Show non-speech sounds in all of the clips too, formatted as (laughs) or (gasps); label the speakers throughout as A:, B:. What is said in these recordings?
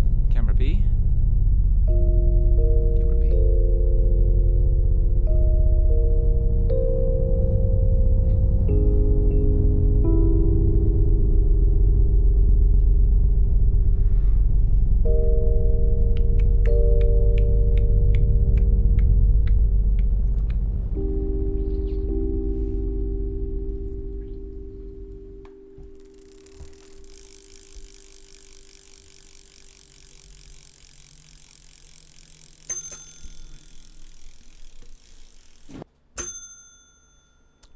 A: B. Camera B.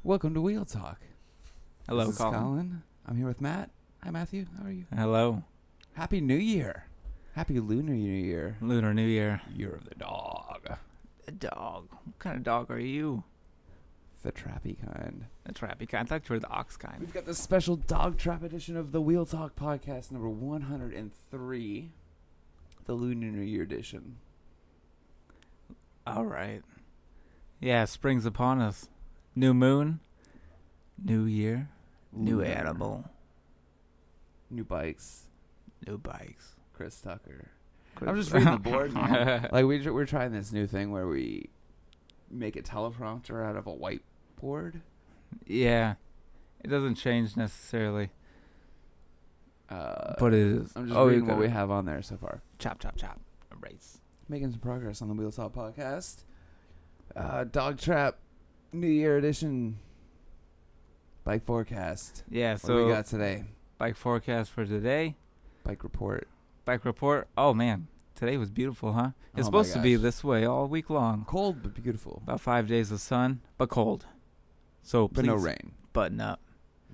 A: Welcome to Wheel Talk.
B: Hello,
A: this is
B: Colin.
A: Colin. I'm here with Matt. Hi, Matthew. How are you?
B: Hello,
A: Happy New Year. Happy Lunar New Year.
B: Lunar New Year.
A: Year of the dog.
B: A dog. What kind of dog are you?
A: The trappy kind.
B: The trappy kind. I thought you were the ox kind.
A: We've got the special dog trap edition of the Wheel Talk podcast, number 103, the Lunar New Year edition.
B: All right. Yeah, spring's upon us. New moon. New year. New
A: Lunar.
B: animal.
A: New bikes.
B: New bikes.
A: Chris Tucker. I'm just reading the board. man. (laughs) like we we're trying this new thing where we make a teleprompter out of a whiteboard.
B: (laughs) yeah, it doesn't change necessarily,
A: Uh,
B: but it is.
A: I'm just
B: you
A: reading what
B: gotta
A: we have on there so far.
B: Chop, chop, chop. Erase.
A: Making some progress on the Wheel Talk podcast. Uh, Dog Trap New Year Edition Bike Forecast.
B: Yeah.
A: what do
B: So
A: we got today?
B: bike forecast for today.
A: Bike report.
B: Bike report. Oh man, today was beautiful, huh? It's
A: Oh, my
B: supposed to be
A: gosh.
B: this way all week long.
A: Cold but beautiful,
B: About five days of sun, but cold. So
A: but no
B: please
A: rain.
B: Button up,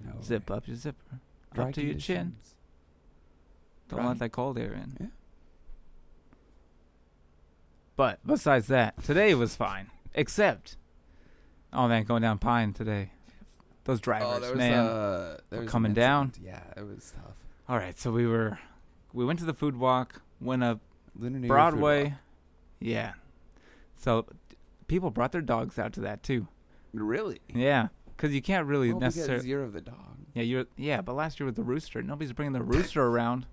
A: No
B: zip up your zipper,
A: Dry
B: up to your chin.
A: conditions.
B: Don't
A: Dry.
B: let that cold air in.
A: Yeah.
B: But besides that, today was fine. Except, oh man, going down Pine today. Those drivers,
A: Oh, there was,
B: man.
A: uh, there
B: We're
A: was an
B: coming down.
A: incident. Yeah, it was tough.
B: All right, so we were, we went to the food walk, went up
A: Lunar New Year food walk.
B: Broadway. Yeah. So people brought their dogs out to that too.
A: Really?
B: Yeah, because you can't really
A: Well, because
B: necessarily.
A: Year of the Dog.
B: Yeah, you're. Yeah, but last year with the rooster, nobody's bringing the
A: (laughs)
B: rooster around.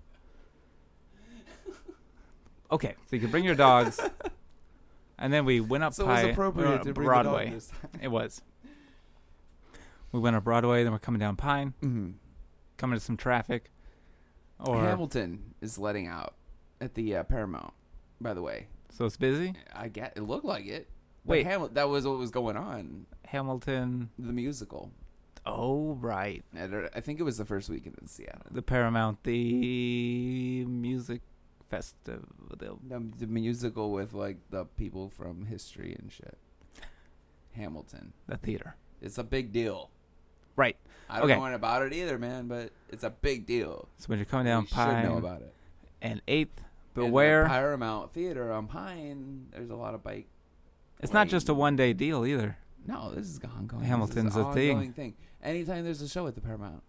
B: Okay, so you can bring your dogs, and then we went up
A: so
B: Pi-
A: it was appropriate
B: we went
A: to
B: up
A: bring
B: Broadway.
A: the dog this time.
B: It was. We went up Broadway, then we're coming down Pine,
A: Mm-hmm.
B: coming to some traffic, or
A: Hamilton is letting out at the uh, Paramount. By the way,
B: so it's busy.
A: I get it looked like it. But
B: Wait.
A: Hamil- that was what was going on
B: Hamilton.
A: the musical.
B: Oh right,
A: I don't- I think it was the first weekend in Seattle.
B: the Paramount, the music festival. the-
A: The, the musical with like the people from history and shit. Hamilton.
B: The theater.
A: It's a big deal.
B: Right.
A: I don't
B: Okay.
A: know anything about it either, man. But it's a big deal.
B: So when you're coming down
A: we
B: Pine
A: should know about it.
B: and Eighth,
A: And the
B: beware.
A: Paramount Theater on Pine. There's a lot of bike.
B: It's not just a
A: lane.
B: one day deal either.
A: No, this is ongoing.
B: Hamilton's
A: this is an
B: a thing.
A: ongoing thing. Anytime there's a show at the Paramount,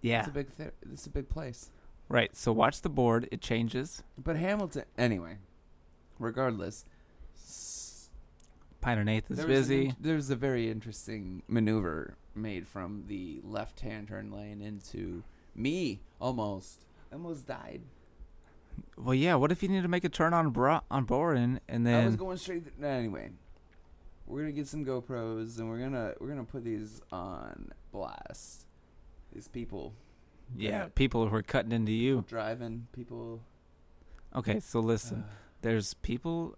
B: Yeah.
A: it's a big, th- it's a big place.
B: Right. So watch the board. It changes.
A: But Hamilton, anyway. Regardless, s-
B: Pine and Eighth is
A: there was an
B: busy.
A: in- there was a very interesting maneuver made from the left-hand turn lane into me. Almost, almost died.
B: Well, yeah. What if you need to make a turn on bra- on Boren and
A: I was
B: then
A: going straight. Th- no, anyway, we're gonna get some GoPros and we're gonna we're gonna put these on blast. These people
B: yeah,
A: that.
B: people who are cutting into you.
A: driving, people.
B: Okay. So listen.
A: uh,
B: There's people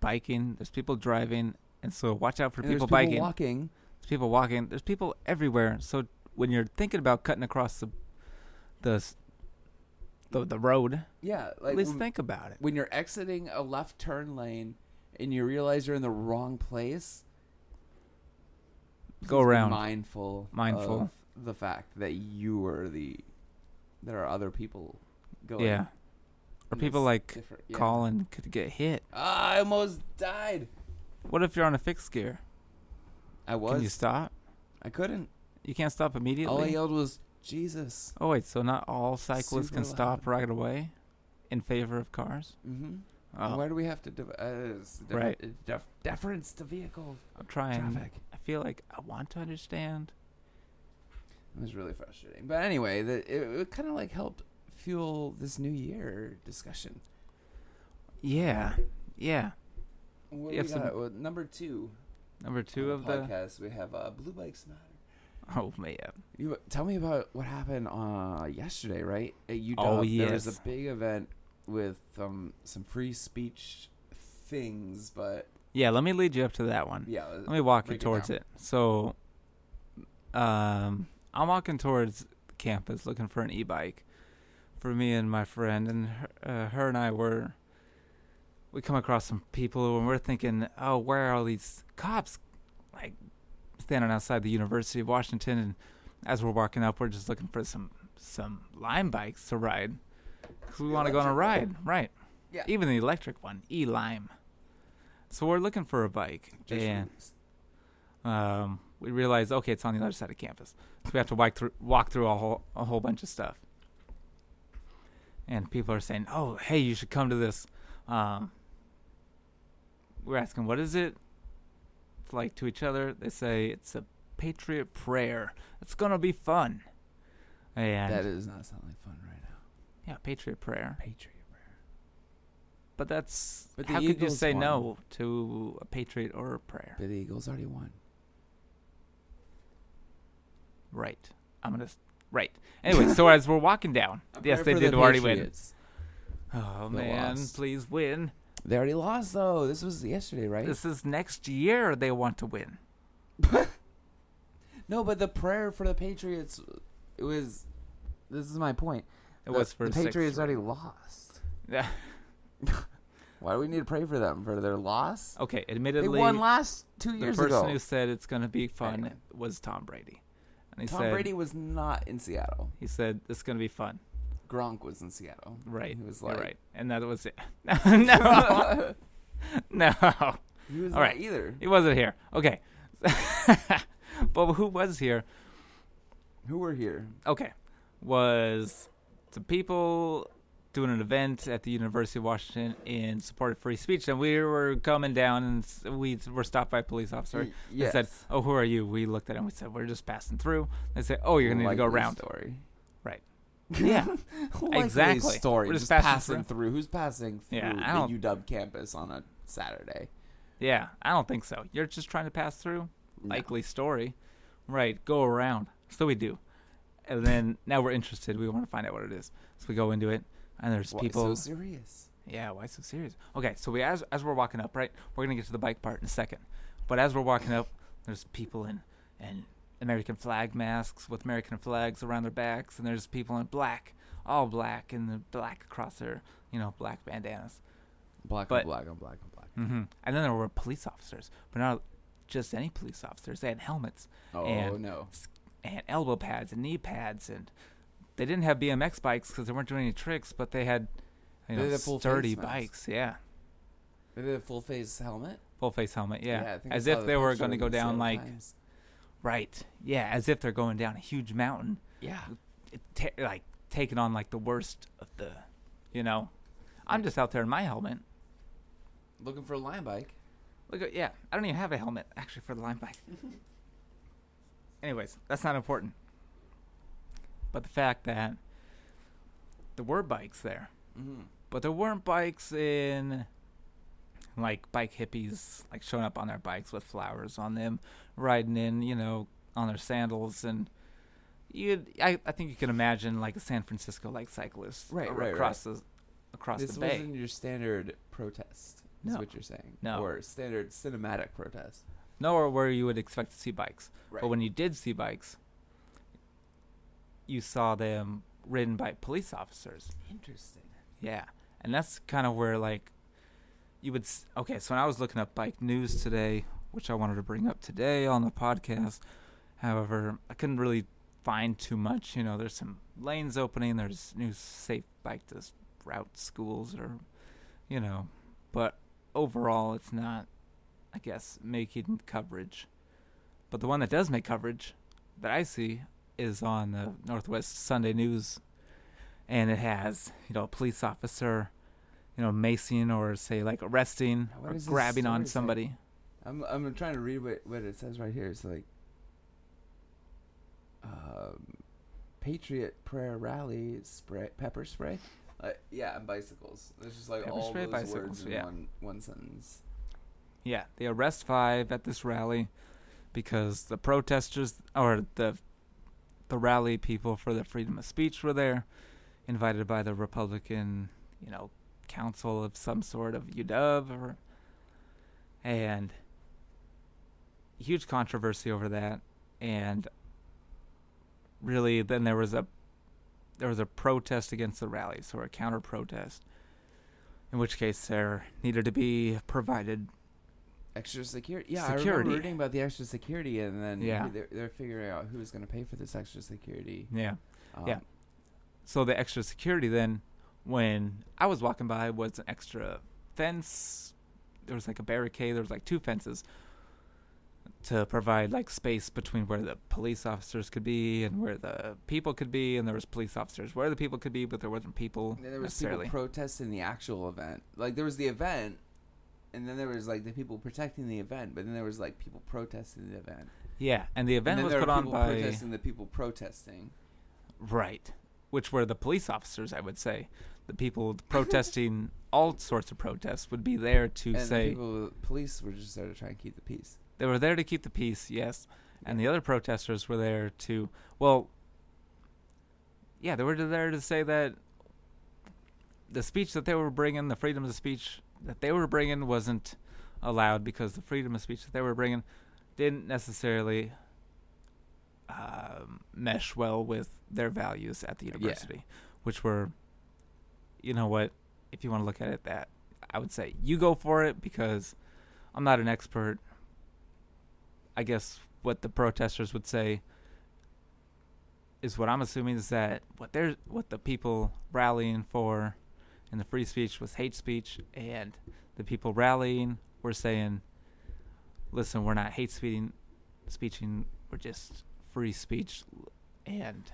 B: biking. There's people driving. And so watch out for
A: And there's
B: people biking.
A: walking.
B: there's people walking. There's people everywhere. So when you're thinking about cutting across the the s- the, the road,
A: Yeah, like
B: at least
A: when,
B: think about it.
A: when you're exiting a left turn lane and you realize you're in the wrong place.
B: Go
A: please be
B: around.
A: mindful,
B: Mindful.
A: of the fact that you are the. There are other people going.
B: Yeah. Or
A: and
B: people
A: it's
B: like
A: different- yeah.
B: Colin could get hit.
A: Ah, I almost died.
B: What if you're on a fixed gear?
A: I
B: Can
A: was.
B: you stop?
A: I couldn't.
B: You can't stop
A: All I
B: immediately.
A: yelled was Jesus.
B: Oh wait, so not all cyclists
A: Super
B: can
A: loud.
B: stop right away in favor of cars?
A: Mm-hmm.
B: Oh,
A: Why do we have to? Div- uh, it's def-
B: Right.
A: uh, def- deference to vehicle
B: I'm trying.
A: traffic.
B: I feel like I want to understand.
A: It was really frustrating. But anyway, the, it, it kind of like helped fuel this new year discussion.
B: Yeah. Yeah.
A: What
B: We
A: do
B: have
A: we
B: some-
A: got? Well, number two.
B: Number two
A: on
B: of
A: the
B: the.
A: podcast. We have uh, Blue Bikes Matter.
B: Oh man.
A: You tell me about what happened uh, yesterday, right? At UW,
B: Oh,
A: there was
B: yes.
A: a big event with um, some free speech things, but
B: Yeah. Let me lead you up to that one.
A: yeah,
B: Let me walk you
A: break it
B: towards
A: down.
B: it. So, um, I'm walking towards campus looking for an e-bike for me and my friend, and her, uh, her and I were. We come across some people, and we're thinking, "Oh, where are all these cops, like, standing outside the University of Washington?" And as we're walking up, we're just looking for some some lime bikes to ride, because we
A: The
B: want to go on a
A: electric
B: ride,
A: one.
B: right?
A: Yeah.
B: Even the electric one, e lime. So we're looking for a bike,
A: just
B: and
A: s-
B: um, we realized okay, it's on the other side of campus, so we have to walk through walk through a whole a whole bunch of stuff. And people are saying, "Oh, hey, you should come to this." Um, we're asking, "What is it?" It's like to each other, they say, "It's a patriot prayer. It's gonna be fun." And
A: that does not sound like fun right now.
B: yeah, patriot prayer.
A: Patriot prayer.
B: But that's
A: But the
B: how could you
A: Eagles
B: say
A: won.
B: no to a patriot or a prayer?
A: But the Eagles already won.
B: Right. I'm gonna. s- Right. Anyway, so as we're
A: (laughs)
B: walking down, yes, they did already win. Oh
A: They
B: man,
A: lost.
B: please win.
A: They already lost though. This was yesterday, right?
B: This is next year they want to win.
A: no, but the prayer for the Patriots it was. This is my point.
B: It
A: The-
B: was for
A: the
B: six
A: Patriots
B: round.
A: already lost.
B: Yeah.
A: (laughs) Why do we need to pray for them for their loss?
B: Okay,
A: They
B: admittedly,
A: won last two
B: the
A: years
B: person
A: ago.
B: who said it's gonna be fun
A: Anyway.
B: was Tom Brady, and he
A: Tom
B: said
A: Brady was not in Seattle.
B: he said it's gonna be fun.
A: Gronk was in Seattle.
B: Right.
A: He was
B: You're
A: like,
B: right, (laughs) and that was it. no, no.
A: (laughs) he was
B: All
A: not
B: right.
A: either.
B: He wasn't here. Okay. (laughs) but who was here?
A: Who were here?
B: Okay. Was some people doing an event at the University of Washington in support of free speech, and we were coming down, and s- we were stopped by a police officer.
A: Y- yes.
B: They said, "Oh, who are you?" We looked at him. We said, "We're just passing through." They said, "Oh, you're gonna need to go
A: Likely
B: around."
A: Story. (laughs)
B: Right. Yeah.
A: Likely
B: Exactly.
A: Story.
B: We're
A: just
B: just
A: passing,
B: passing
A: through. Who's passing through
B: Yeah, I
A: the UW campus on a Saturday?
B: Yeah, I don't think so. You're just trying to pass through.
A: No.
B: Likely story, right? Go around. So we do, and then now we're interested. We want to find out what it is. So we go into it, and there's
A: Why so
B: people.
A: serious?
B: Yeah, why so serious? Okay, so we as as we're walking up, right, we're gonna get to the bike part in a second. But as we're walking up, there's people in in American flag masks with American flags around their backs, and there's people in black, all black, and the black across their you know black bandanas.
A: Black on
B: But-
A: black on black on black.
B: Mm-hmm. And then there were police officers, but not just any police officers. They had helmets
A: Oh
B: And-
A: no!
B: and elbow pads and knee pads, and they didn't have BMX bikes because they weren't doing any tricks, but they had you
A: They
B: know
A: had a full face
B: sturdy
A: mask.
B: bikes. Yeah.
A: They did a full face helmet.
B: Full face helmet, yeah.
A: I think I
B: as
A: saw
B: if
A: the
B: they were
A: picture
B: going to
A: in
B: go
A: the
B: down
A: Seattle
B: like
A: Times.
B: right, yeah. As if they're going down a huge mountain,
A: Yeah.
B: it ta- like taking on like the worst of the, you know. I'm just out there in my helmet.
A: Looking for a line bike.
B: Look, at, yeah, I don't even have a helmet actually for the line
A: (laughs)
B: bike. Anyways, that's not important. But the fact that there were bikes there,
A: Mm-hmm.
B: but there weren't bikes in like bike hippies like showing up on their bikes with flowers on them riding in you know on their sandals and you I, I think you can imagine like a san francisco like cyclist
A: Right,
B: ar-
A: right,
B: across the across
A: This
B: the bay
A: wasn't your standard protest. Is
B: No.
A: what you're saying.
B: No.
A: Or standard cinematic protest.
B: nowhere where you would expect to see bikes
A: Right.
B: but when you did see bikes you saw them ridden by police officers
A: Interesting.
B: Yeah, and that's kind of where like you would. S- okay, so when I was looking up bike news today, which I wanted to bring up today on the podcast, however, I couldn't really find too much. You know, there's some lanes opening. There's new safe bike to s- route schools, or you know, but overall, it's not. I guess making coverage, but the one that does make coverage that I see is on the Northwest Sunday News and it has you know a police officer you know macing or say like arresting
A: Now, what
B: or
A: does this
B: grabbing on
A: story say?
B: somebody
A: I'm I'm trying to read what, what it says right here. It's like um, Patriot Prayer Rally spray, pepper spray. Uh, yeah, and bicycles. There's just like
B: Pepper
A: all
B: spray,
A: those
B: bicycles,
A: words in
B: yeah.
A: one one sentence.
B: Yeah, they arrest five at this rally because the protesters or the the rally people for the freedom of speech were there, invited by the Republican, you know, council of some sort of UW or and huge controversy over that and really then there was a there was a protest against the rallies or a counter protest in which case there needed to be provided
A: Extra security. Yeah, I
B: Security.
A: remember reading about the extra security, and then
B: Yeah.
A: they're, they're figuring out who's going to pay for this extra security.
B: yeah
A: Um,
B: Yeah. so the extra security then when i was walking by was an extra fence there was like a barricade there was like two fences to provide like space between where the police officers could be and where the people could be and there was police officers where the people could be but there wasn't people
A: And then there was people
B: necessarily
A: protesting the actual event. Like there was the event, and then there was like the people protecting the event, but then there was like people protesting the event.
B: yeah and the
A: and
B: event
A: then
B: was
A: there
B: put
A: were
B: on
A: people
B: by
A: protesting the people protesting.
B: Right. Which were the police officers, I would say. The
A: (laughs)
B: people protesting all sorts of protests would be there to
A: and
B: say
A: the people, police were just there to try and keep the peace.
B: they were there to keep the peace, yes. And the other protesters were there to well yeah, they were there to say that the speech that they were bringing, the freedom of speech that they were bringing wasn't allowed because the freedom of speech that they were bringing didn't necessarily um, mesh well with their values at the
A: Yeah.
B: university, which were, you know what, if you want to look at it that, I would say you go for it because I'm not an expert. I guess what the protesters would say is what I'm assuming is that what they're what the people rallying for and the free speech was hate speech and the people rallying were saying listen we're not hate speaking speeching we're just free speech and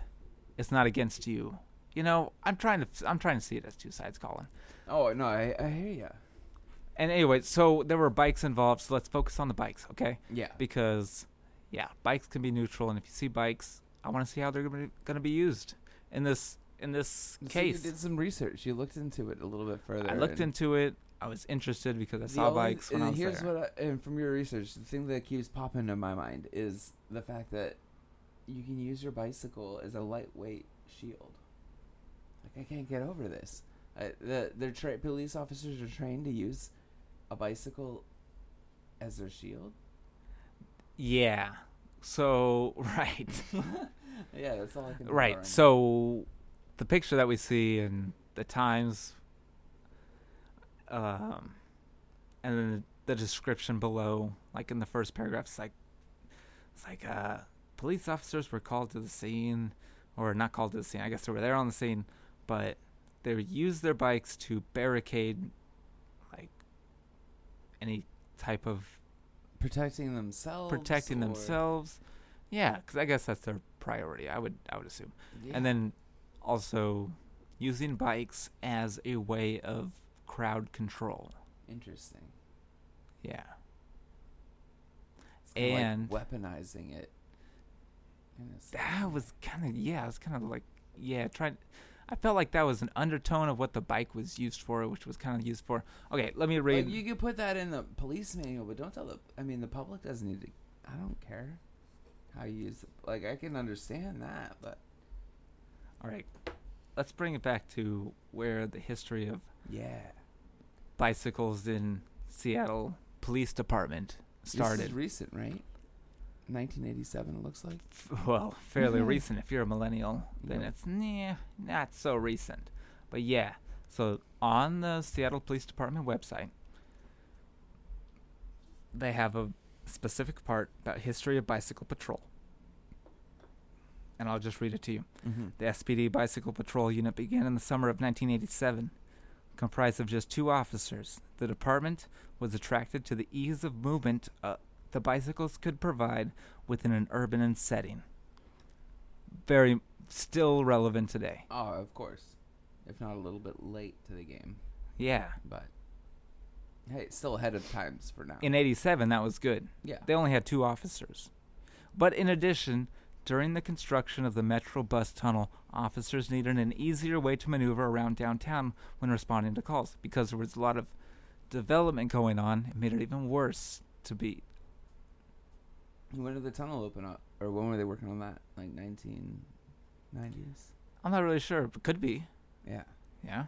B: it's not against you you know i'm trying to i'm trying to see it as two sides colin
A: Oh no, I, I hear ya.
B: and anyway so there were bikes involved so let's focus on the bikes okay
A: Yeah,
B: because yeah, bikes can be neutral, and if you see bikes, I want to see how they're going to be used in this in this
A: So
B: case.
A: you did some research. You looked into it a little bit further.
B: I looked
A: and
B: into it. I was interested because I
A: the
B: saw
A: only-
B: bikes when
A: and
B: I was
A: here's
B: there.
A: what, I, and from your research, the thing that keeps popping into my mind is the fact that you can use your bicycle as a lightweight shield. Like I can't get over this. I, the their tra- police officers are trained to use a bicycle as their shield.
B: yeah. So (laughs) right,
A: Yeah, that's all I can. think about
B: right.
A: now.
B: So the picture that we see in the Times, um, and then the, the description below, like in the first paragraph, it's like it's like uh, police officers were called to the scene, or not called to the scene. I guess they were there on the scene, but they used their bikes to barricade, like any type of
A: protecting themselves,
B: protecting
A: or-
B: themselves. Yeah, because I guess that's their priority. I would I would assume
A: Yeah.
B: and then also using bikes as a way of crowd control.
A: interesting.
B: Yeah.
A: It's kinda
B: And-
A: like weaponizing it. in a sense.
B: That was kind of yeah, it was kind of like yeah, trying I felt like that was an undertone of what the bike was used for, which was kind of used for. Okay, let me read.
A: Like, you could put that in the police manual, but don't tell the. I mean, the public doesn't need to. I don't care how you use. The, like, I can understand that, but
B: All right. Let's bring it back to where the history of
A: yeah,
B: bicycles in Seattle Police Department
A: This is
B: started.
A: recent, right? 1987, it looks like.
B: f- (laughs) well, fairly
A: Mhm.
B: recent. If you're a millennial, then
A: Yep.
B: it's nah, not so recent. But yeah, so on the Seattle Police Department website, they have a specific part about history of bicycle patrol. And I'll just read it to you.
A: Mm-hmm.
B: The SPD Bicycle Patrol Unit began in the summer of 1987. Comprised of just two officers, the department was attracted to the ease of movement uh, the bicycles could provide within an urban and setting. Very still relevant today.
A: Oh, of course. If not a little bit late to the game,
B: Yeah.
A: but hey, it's still ahead of times for now.
B: In 87, that was good.
A: yeah,
B: They only had two officers. But in addition, During the construction of the Metro bus tunnel, officers needed an easier way to maneuver around downtown when responding to calls because there was a lot of development going on. It made it even worse to be.
A: When did the tunnel open up? Or when were they working on that? Like 1990s?
B: I'm not really sure, but could be.
A: Yeah.
B: Yeah.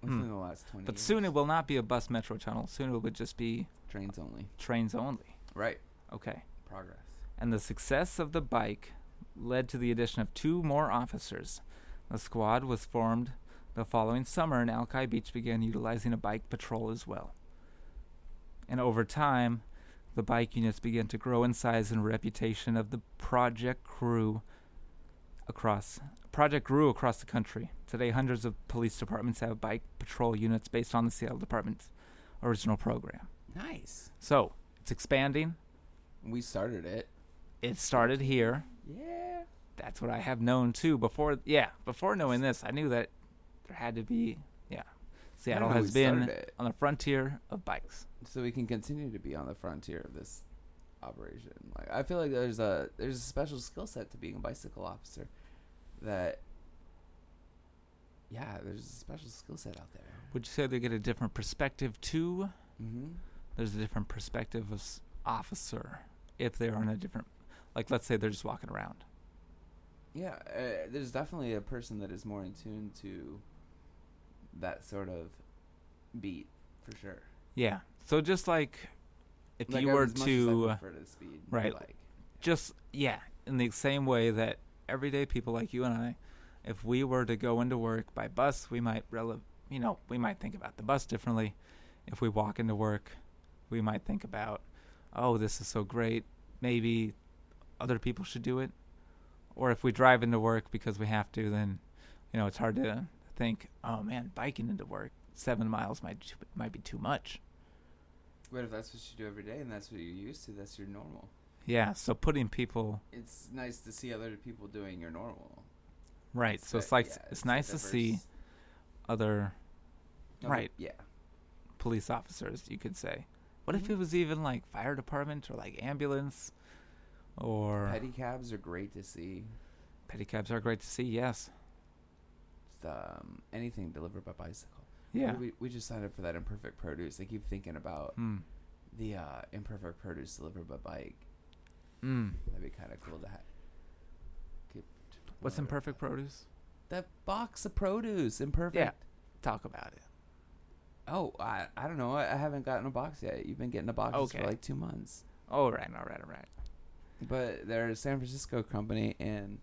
A: Within
B: Hmm.
A: the last 20
B: But
A: years.
B: soon it will not be a bus metro tunnel. Soon it will just be
A: Trains only.
B: trains only.
A: Right.
B: Okay.
A: Progress.
B: and the success of the bike led to the addition of two more officers. The squad was formed the following summer, and Alki Beach began utilizing a bike patrol as well. And over time, the bike units began to grow in size and reputation of the project crew across project grew across the country. Today hundreds of police departments have bike patrol units based on the Seattle Department's original program.
A: Nice.
B: So, it's expanding.
A: We started it.
B: It started here.
A: Yeah.
B: that's what I have known too. Before, yeah, before knowing this, I knew that there had to be, yeah. Seattle
A: know
B: has
A: we
B: been
A: started it.
B: on the frontier of bikes.
A: so we can continue to be on the frontier of this operation. Like I feel like there's a there's a special skill set to being a bicycle officer that yeah, there's a special skill set out there.
B: Would you say they get a different perspective too?
A: Mhm.
B: There's a different perspective of s- officer if they're on a different, like let's say they're just walking around.
A: Yeah, uh, there's definitely a person that is more in tune to that sort of beat for sure.
B: Yeah. So just like if
A: Like,
B: you
A: I-
B: were
A: as much as I
B: to
A: prefer to speed,
B: right.
A: Like
B: just yeah, in the same way that everyday people like you and I, if we were to go into work by bus, we might rele- you know, we might think about the bus differently. If we walk into work, we might think about, oh, this is so great. Maybe other people should do it. Or if we drive into work because we have to, then you know, it's hard to think, oh man, biking into work 7 miles might t- might be too much.
A: but if that's what you do every day and that's what you're used to, that's your normal.
B: Yeah, so putting people
A: It's nice to see other people doing your normal.
B: right. So
A: But,
B: it's like
A: yeah,
B: it's
A: a
B: nice to see
A: diverse-
B: other
A: other-
B: right.
A: Yeah.
B: police officers, you could say. What if
A: Mhm.
B: it was even like fire department or like ambulance or
A: Pedicabs are great to see.
B: pedicabs are great to see, yes.
A: Just, um, anything delivered by bicycle.
B: Yeah.
A: We, we just signed up for that imperfect produce. I keep thinking about
B: Mm.
A: the uh, imperfect produce delivered by bike.
B: Mm.
A: That'd be kind of cool to have. Keep familiar
B: What's
A: with
B: imperfect
A: that.
B: produce?
A: That box of produce, imperfect.
B: Talk about it.
A: Oh, I, I don't know. I, I haven't gotten a box yet. You've been getting a box
B: Okay.
A: for like two months.
B: All right, all right, all right.
A: But they're a San Francisco company, and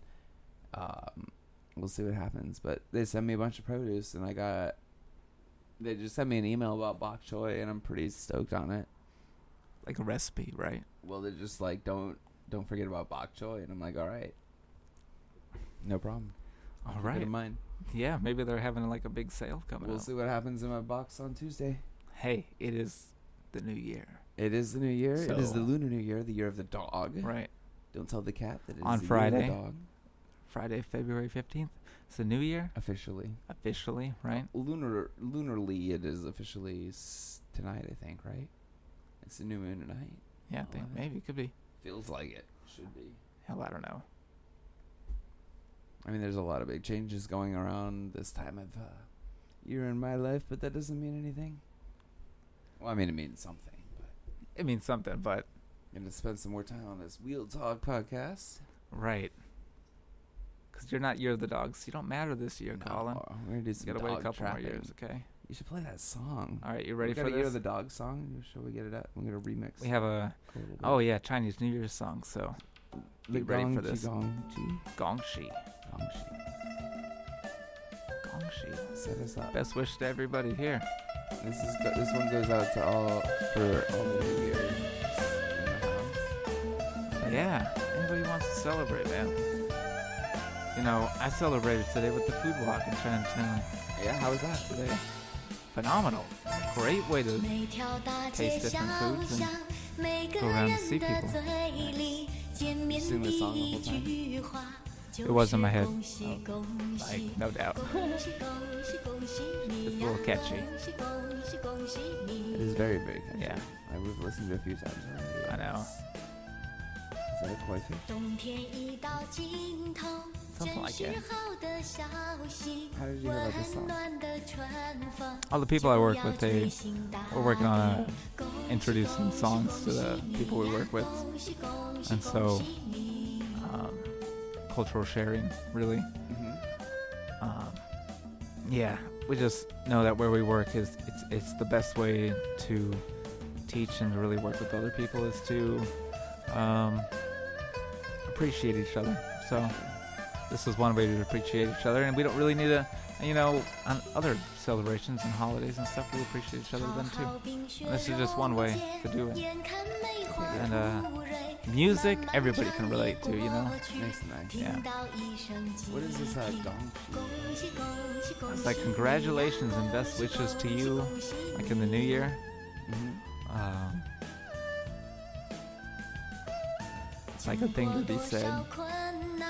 A: um, we'll see what happens. But they sent me a bunch of produce, and I got. They just sent me an email about bok choy, and I'm pretty stoked on it.
B: Like a recipe, right?
A: Well, they're just like, don't don't forget about bok choy, and I'm like, all right, no problem.
B: All
A: Keep it
B: right.
A: in mind.
B: Yeah, maybe they're having like a big sale coming
A: We'll
B: up.
A: see what happens in my box on Tuesday.
B: Hey, it is the new year.
A: It is the new year. it is the
B: So-
A: lunar new year, the year of the dog.
B: Right.
A: Don't tell the cat that it is
B: On
A: the
B: Friday.
A: year of the dog
B: Friday, February 15th. It's the new year
A: officially.
B: officially, right?
A: Lunar lunarly, it is officially s- tonight. I think right. It's the new moon tonight.
B: Yeah, I think
A: Eleven.
B: maybe it could be.
A: Feels like it should be.
B: Hell, I don't know.
A: I mean, there's a lot of big changes going around this time of uh, year in my life, but that doesn't mean anything. Well, I mean, it means something. But
B: It means something, but
A: I'm gonna spend some more time on this Wheel Talk podcast.
B: Right. Because you're not year of the dogs. You don't matter this year,
A: No,
B: Colin.
A: Oh, we're gonna do
B: You
A: some
B: gotta
A: dog
B: wait a couple
A: trapping.
B: more years, okay?
A: You should play that song.
B: All right, you ready
A: we
B: for
A: got a year
B: this?
A: of the dog song? Shall we get it up? We're gonna remix.
B: we have a
A: a little bit.
B: oh yeah Chinese New Year's song. So
A: The
B: be ready
A: gong
B: for
A: chi
B: this.
A: gong chi,
B: Gongxi,
A: gong chi.
B: Gongxi.
A: Set us up.
B: Best wish to everybody here.
A: This is go- this one goes out to all for all the new year.
B: Yeah. Anybody who wants to celebrate, man. You know, I celebrated today with the food walk in Chinatown
A: Yeah, how was that?
B: today. Phenomenal. Great way to
C: 每条大街小巷，每个
B: around to
C: 人
B: see
C: 的
B: people.
C: 嘴里，见面第一句话就
B: It was in my
C: 是
B: head.
C: 恭喜恭
B: like
C: 喜
B: no doubt.
C: 恭喜恭喜恭喜
B: It's
C: 你
B: a
C: 呀！
B: little
C: 恭
B: catchy.
C: 喜恭喜恭喜
A: It
C: 你！
A: is very very catchy.
B: Yeah.
A: like we've listened to it a few times. Already.
B: I know.
A: It's, it's Is that a koi fish?
C: 冬天已到尽头，
B: Something
C: 真
B: like
C: 是
B: that.
C: 好的消息
A: How did，you hear about this
C: 温
A: song?
C: 暖的春风。
B: All the people I work with, they we're working on a, introducing songs to the people we work with, and so uh, um, cultural sharing really.
A: Mm-hmm.
B: Um, yeah, we just know that where we work is it's it's the best way to teach and to really work with other people is to um, appreciate each other. So this is one way to appreciate each other, and we don't really need to, you know, on other celebrations and holidays and stuff, we appreciate each other then too.
C: This is just one way to do it. And uh,
B: Music, everybody can relate to, you know.
A: Nice, nice.
B: Yeah.
A: What is this, uh, dong?
B: It's like congratulations and best wishes to you, like in the new year.
A: Mm-hmm.
B: Um,
C: It's like a thing to be said.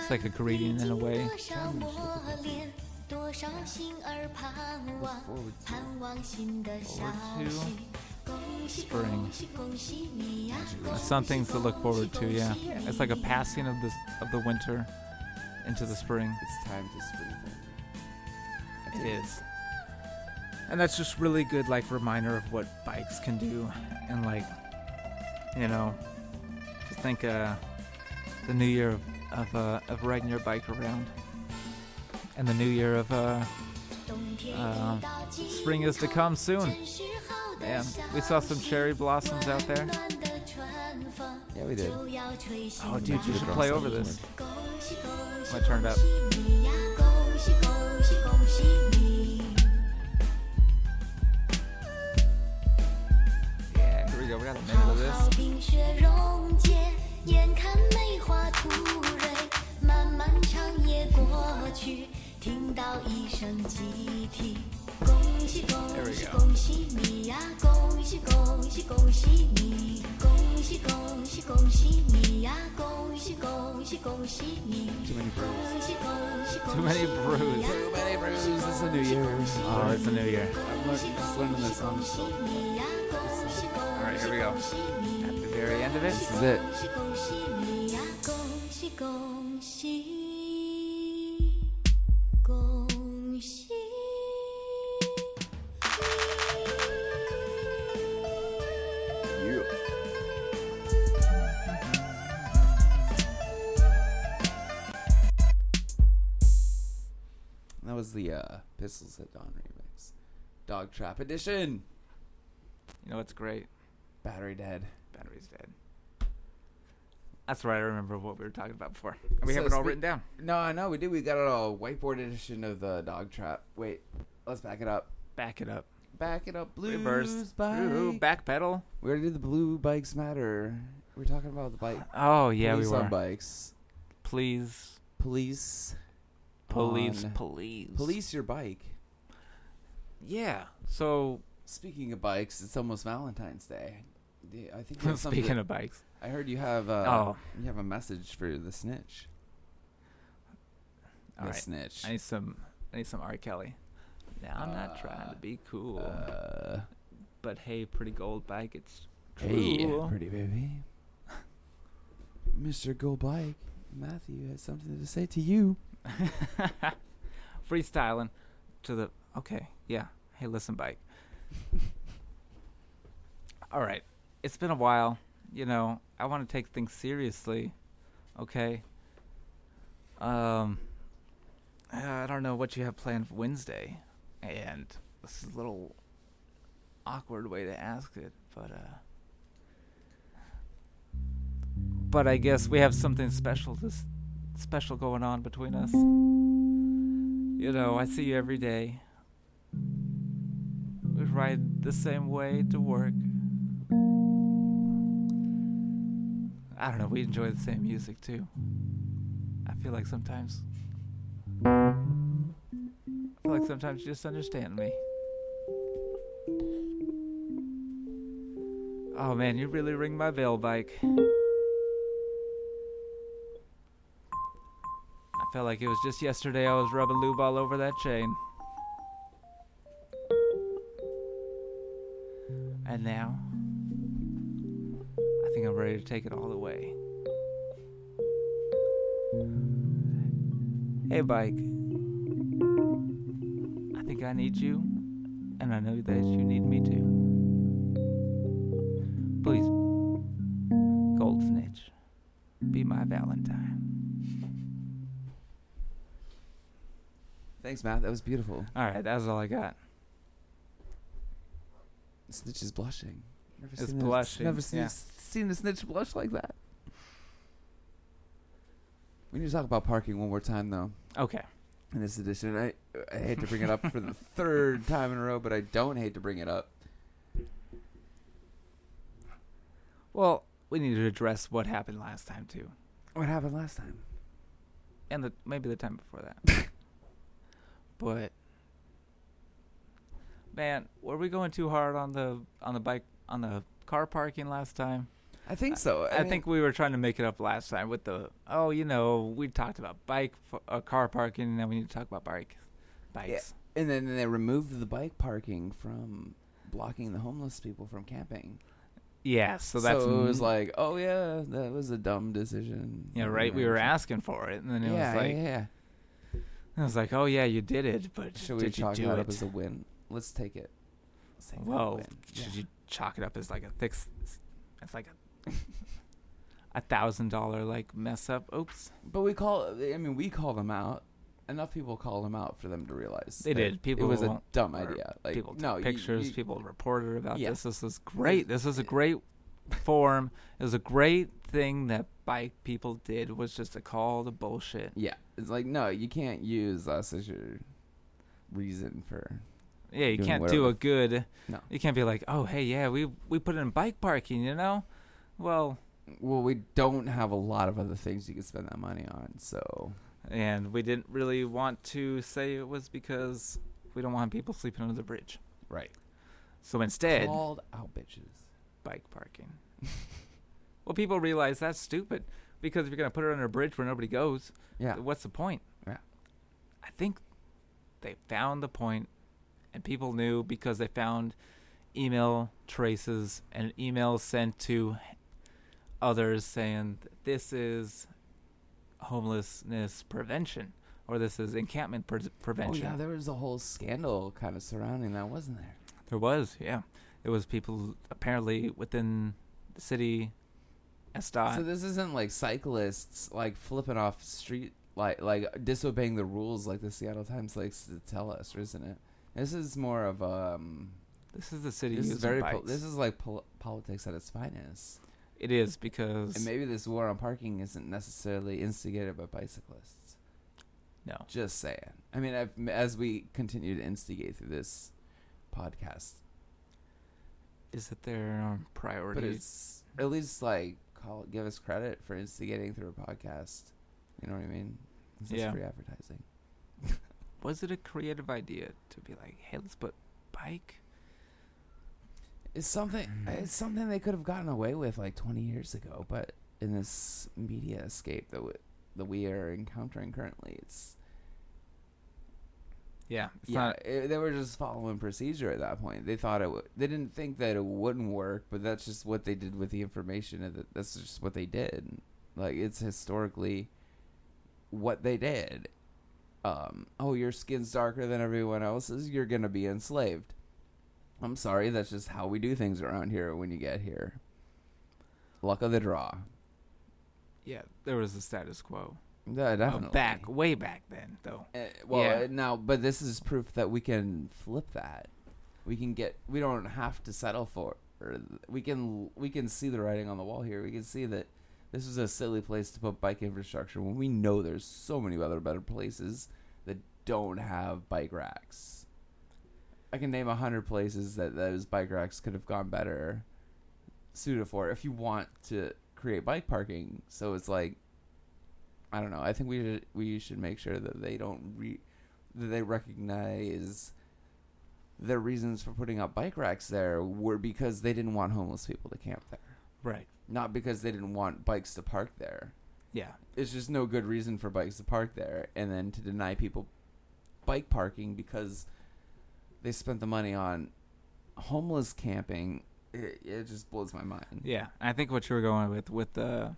C: It's like a greeting in a way.
A: Look forward to it.
B: Forward
C: to
B: spring.
A: Uh,
B: Some things to look forward to, yeah. It's like a passing of the of the winter into the spring.
A: It's time to spring forward. I
B: It
A: think
B: is. And that's just really good like reminder of what bikes can do and like you know just think uh the new year of of, uh, of riding your bike around and the new year of uh, uh spring is to come soon. And we saw some cherry blossoms out there.
A: Yeah, we did.
B: Oh dude, you should play over this. I turned up. Yeah, here we go. We got a minute of this.
C: 好冰雪溶解，眼看梅花吐蕊，漫漫长夜过去，听到一声集体。恭喜恭
B: There we
C: 喜
B: go.
C: 恭喜你呀！恭喜恭喜恭喜你！恭喜恭喜恭喜你呀！恭喜恭喜恭喜你！
A: Too many
C: Too
A: brews.
B: many
C: many
B: brews.
C: brews.
B: Too
A: many brews. It's a new year.
B: Oh, it's a new year.
A: I'm learning, just learning the song. so far.
B: All right, here we go. At the very end of it.
A: This is it.
C: 恭喜恭喜你呀，恭喜恭喜，恭喜你！
A: That was the uh, Pistols at Dawn remix. Dog Trap Edition.
B: You know, it's great.
A: Battery dead.
B: Battery's dead. That's right. I remember what we were talking about before. And we
A: So
B: have it all
A: spe-
B: written down.
A: No, I know we did. We got it all whiteboard edition of the Dog Trap. Wait, let's back it up.
B: Back it up.
A: Back it up. Blues
B: Reverse.
A: bike.
B: Ooh, back pedal.
A: We already did the blue bikes matter. We're talking about the bike.
B: Oh yeah,
A: police
B: we were.
A: on bikes.
B: Please,
A: Police.
B: police,
A: on-
B: police,
A: Police your bike.
B: Yeah. So
A: Speaking of bikes, it's almost Valentine's Day. Yeah, I
B: (laughs)
A: think you have something.
B: speaking of bikes,
A: I heard you have. Uh,
B: Oh.
A: You have a message for the snitch.
B: all
A: the
B: right.
A: snitch.
B: I need some. I need some R. Kelly. Now I'm not trying to
A: Uh,
B: be cool,
A: Uh,
B: but hey, pretty gold bike, it's true.
A: hey, pretty baby. Mr. Go Bike, Matthew has something to say to you.
B: (laughs) freestyling to the okay yeah hey listen bike (laughs) all right it's been a while you know i want to take things seriously okay um i don't know what you have planned for wednesday and this is a little awkward way to ask it but uh but i guess we have something special this special going on between us you know, I see you every day. We ride the same way to work. I don't know, we enjoy the same music too. I feel like sometimes. I feel like sometimes you just understand me. Oh man, you really ring my bell, bike. I felt like it was just yesterday I was rubbing lube all over that chain. And now, I think I'm ready to take it all the way. Hey, bike. I think I need you, and I know that you need me too. Please, Gold Snitch, be my Valentine.
A: Thanks, Matt. That was beautiful.
B: All right, that's all I got.
A: Snitch is blushing. Never
B: It's
A: seen a-
B: blushing,
A: never seen,
B: yeah.
A: seen a snitch blush like that. We need to talk about parking one more time, though.
B: Okay.
A: in this edition. I I hate to bring it up for
B: (laughs)
A: the third time in a row, but I don't hate to bring it up.
B: Well, we need to address what happened last time too,
A: What happened last time?
B: and the maybe the time before
A: (laughs)
B: that. but man, were we going too hard on the on the bike on the car parking last time?
A: I think so.
B: I, think we were trying to make it up last time with the oh, you know, we talked about bike, f- uh, car parking, and then we need to talk about bike, bikes.
A: and then they removed the bike parking from blocking the homeless people from camping.
B: Yeah, so that's
A: so it was
B: mm,
A: like, oh yeah, that was a dumb decision.
B: yeah, right. We were asking for it, and then it
A: yeah,
B: was like
A: yeah, yeah.
B: it was like oh yeah, you did it, but
A: Should we
B: did you
A: chalk
B: do
A: that
B: it?
A: up as a win? Let's take it. Let's take that
B: Whoa,
A: win. Yeah.
B: should you chalk it up as like a thick? s- It's like (laughs) a a thousand dollar like mess up. Oops,
A: But we call. I mean, we call them out. Enough people called them out for them to realize
B: They
A: that
B: did. People
A: It was a
B: won't-
A: dumb
B: or
A: idea. Like
B: people took
A: no Oh, you-
B: pictures.
A: you-
B: people reported about
A: Yeah.
B: this. This was great. This was a great form. It was a great thing that bike people did was just to call the bullshit.
A: Yeah, it's like no, you can't use us as your reason for.
B: Yeah, you
A: Doing
B: can't
A: whatever
B: do
A: the
B: a good.
A: No.
B: You can't be like, oh hey yeah we we put in bike parking. You know, well
A: Well, we don't have a lot of other things you could spend that money on, so
B: and we didn't really want to say it was because we don't want people sleeping under the bridge.
A: right.
B: So instead.
A: Called out bitches.
B: bike parking. (laughs) well, people realize that's stupid because if you're going to put it under a bridge where nobody goes,
A: Yeah,
B: what's the point?
A: Yeah.
B: I think they found the point and people knew because they found email traces and emails sent to others saying this is homelessness prevention or this is encampment pre-
A: oh
B: prevention.
A: yeah, there was a whole scandal kind of surrounding that, wasn't there?
B: There was, yeah. There was people apparently within the city Estat.
A: so this isn't like cyclists like flipping off street like like disobeying the rules like the Seattle Times likes to tell us, isn't it? This is more of um.
B: this is the city
A: This is
B: using
A: very.
B: bikes.
A: Po- this is like pol- politics at its finest.
B: it is because
A: And maybe this war on parking isn't necessarily instigated by bicyclists.
B: no.
A: Just saying. I mean, I've, as we continue to instigate through this podcast,
B: Is it their um, priority?
A: but it's at least like call give us credit for instigating through a podcast. You know what I mean? This is
B: Yeah.
A: free advertising.
B: was it a creative idea to be like, hey, let's put bike?
A: It's something. It's something they could have gotten away with like 20 years ago, but in this media escape that we, that we are encountering currently, it's
B: Yeah, it's
A: yeah,
B: not.
A: it- eh, they were just following procedure at that point. They thought it would. They didn't think that it wouldn't work, but that's just what they did with the information. And that that's just what they did. Like it's historically what they did. Um, oh, your skin's darker than everyone else's. You're gonna be enslaved. I'm sorry, that's just how we do things around here. When you get here, luck of the draw.
B: Yeah, there was a status quo.
A: Yeah,
B: Uh,
A: definitely
B: back, way back then, though.
A: Uh, well,
B: Yeah.
A: uh, now, but this is proof that we can flip that. We can get. We don't have to settle for. Or we can. We can see the writing on the wall here. We can see that this is a silly place to put bike infrastructure when we know there's so many other better places that don't have bike racks. I can name a hundred places that those bike racks could have gone better suited for if you want to create bike parking. So it's like, I don't know. I think we should, we should make sure that they don't re that they recognize their reasons for putting up bike racks there were because they didn't want homeless people to camp there,
B: Right.
A: not because they didn't want bikes to park there.
B: Yeah.
A: It's just no good reason for bikes to park there, and then to deny people bike parking because they spent the money on homeless camping. It, it just blows my mind.
B: Yeah, I think what you were going with with the